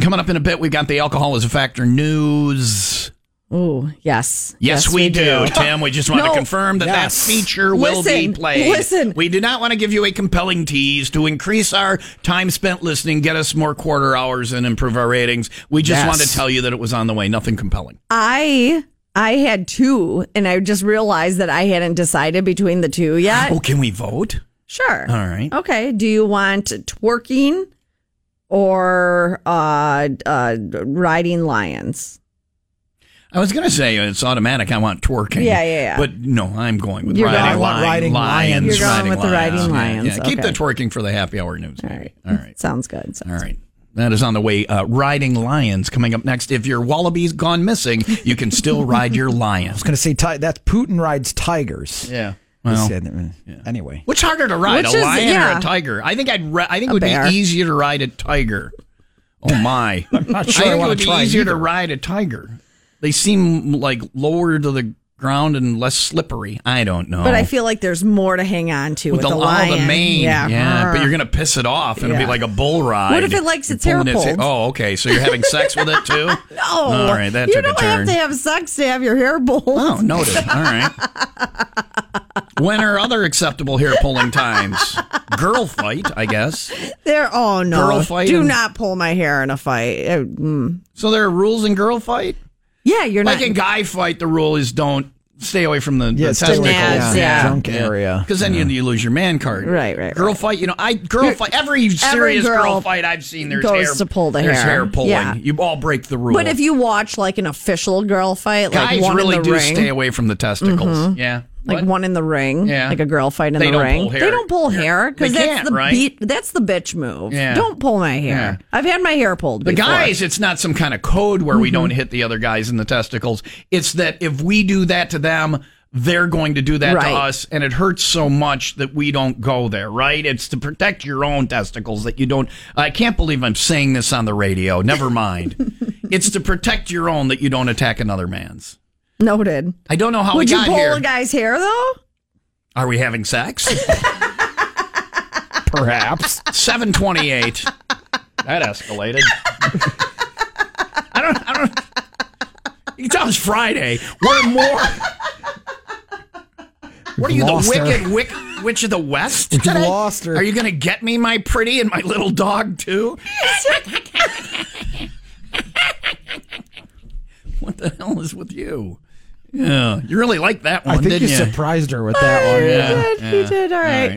coming up in a bit, we've got the alcohol as a factor news. Oh, yes. Yes, we, do, Tim. We just want No. to confirm that Yes. that feature will be Listen, played. listen. We do not want to give you a compelling tease to increase our time spent listening, get us more quarter hours, and improve our ratings. We just Yes. want to tell you that it was on the way. Nothing compelling. I I had two and I just realized that I hadn't decided between the two yet. Oh, can we vote? Sure. All right. Okay. Do you want twerking or uh, uh, riding lions? I was gonna say it's automatic. I want twerking. Yeah, yeah, yeah. But no, I'm going with You're riding, going- I lion, want riding lions. lions. You're going with the riding Yeah, lions, Yeah, keep okay. the twerking for the happy hour news. All maybe. right. All right. Hmm, Sounds good. All right. That is on the way. Uh, riding lions coming up next. If your wallaby's gone missing, you can still ride your lion. I was going to say ti- that's Putin rides tigers. Yeah. He Well, said that- uh, anyway, which harder to ride, Which a is- lion or yeah. a tiger? I think I'd. Ri- I think it would bear. be easier to ride a tiger. Oh my! I'm not sure I I think wanna it would be try easier to either. ride a tiger. They seem like lower to the ground and less slippery. I don't know. But I feel like there's more to hang on to with, Oh. with the, the all lion. the mane. Yeah. but you're gonna piss it off, and it'll Yeah. be like a bull ride. What if it likes You're its hair pulling pulled? oh, okay. So you're having sex with it too? No, All right, that you took a don't turn. have to have sex to have your hair pulled. Oh, noted. All right. When are other acceptable hair pulling times? Girl fight, I guess. There, oh no! Girl fight Do and- not pull my hair in a fight. Uh, mm. So there are rules in girl fight. Yeah, you're Like not. in guy fight, the rule is don't stay away from the, yeah, the stay away from testicles. Nads, the yeah. junk area. Because then you, you lose your man card. Right, right, Girl right. fight, you know, I girl fight every serious girl, girl fight I've seen there's goes hair to pull the There's hair. hair pulling. Yeah. You all break the rule. But if you watch like an official girl fight, like guys one really in the do ring, Mm-hmm. stay away from the testicles. Yeah. like What? one in the ring, Yeah. like a girl fight in They the don't ring. pull hair. They don't pull hair because They that's can't, the right? beat. That's the bitch move. Yeah. Don't pull my hair. Yeah. I've had my hair pulled. The before. Mm-hmm. guys, it's not some kind of code where we don't hit the other guys in the testicles. It's that if we do that to them, they're going to do that to Right. us, and it hurts so much that we don't go there, right? It's to protect your own testicles that you don't. I can't believe I'm saying this on the radio. Never mind. it's to protect your own that you don't attack another man's. noted. I don't know how Would Oh, we got you pull here. a guy's hair though? Are we having sex? Perhaps. 728. that escalated. I don't I don't You can tell it's Friday. We're more What are you, Lost the her. wicked wick, witch of the west? We've today? lost her. Are you gonna get me my pretty and my little dog too? what the hell is with you? Yeah, you really liked that one, I think didn't you you? surprised her with that one. He did. He did. All right. right.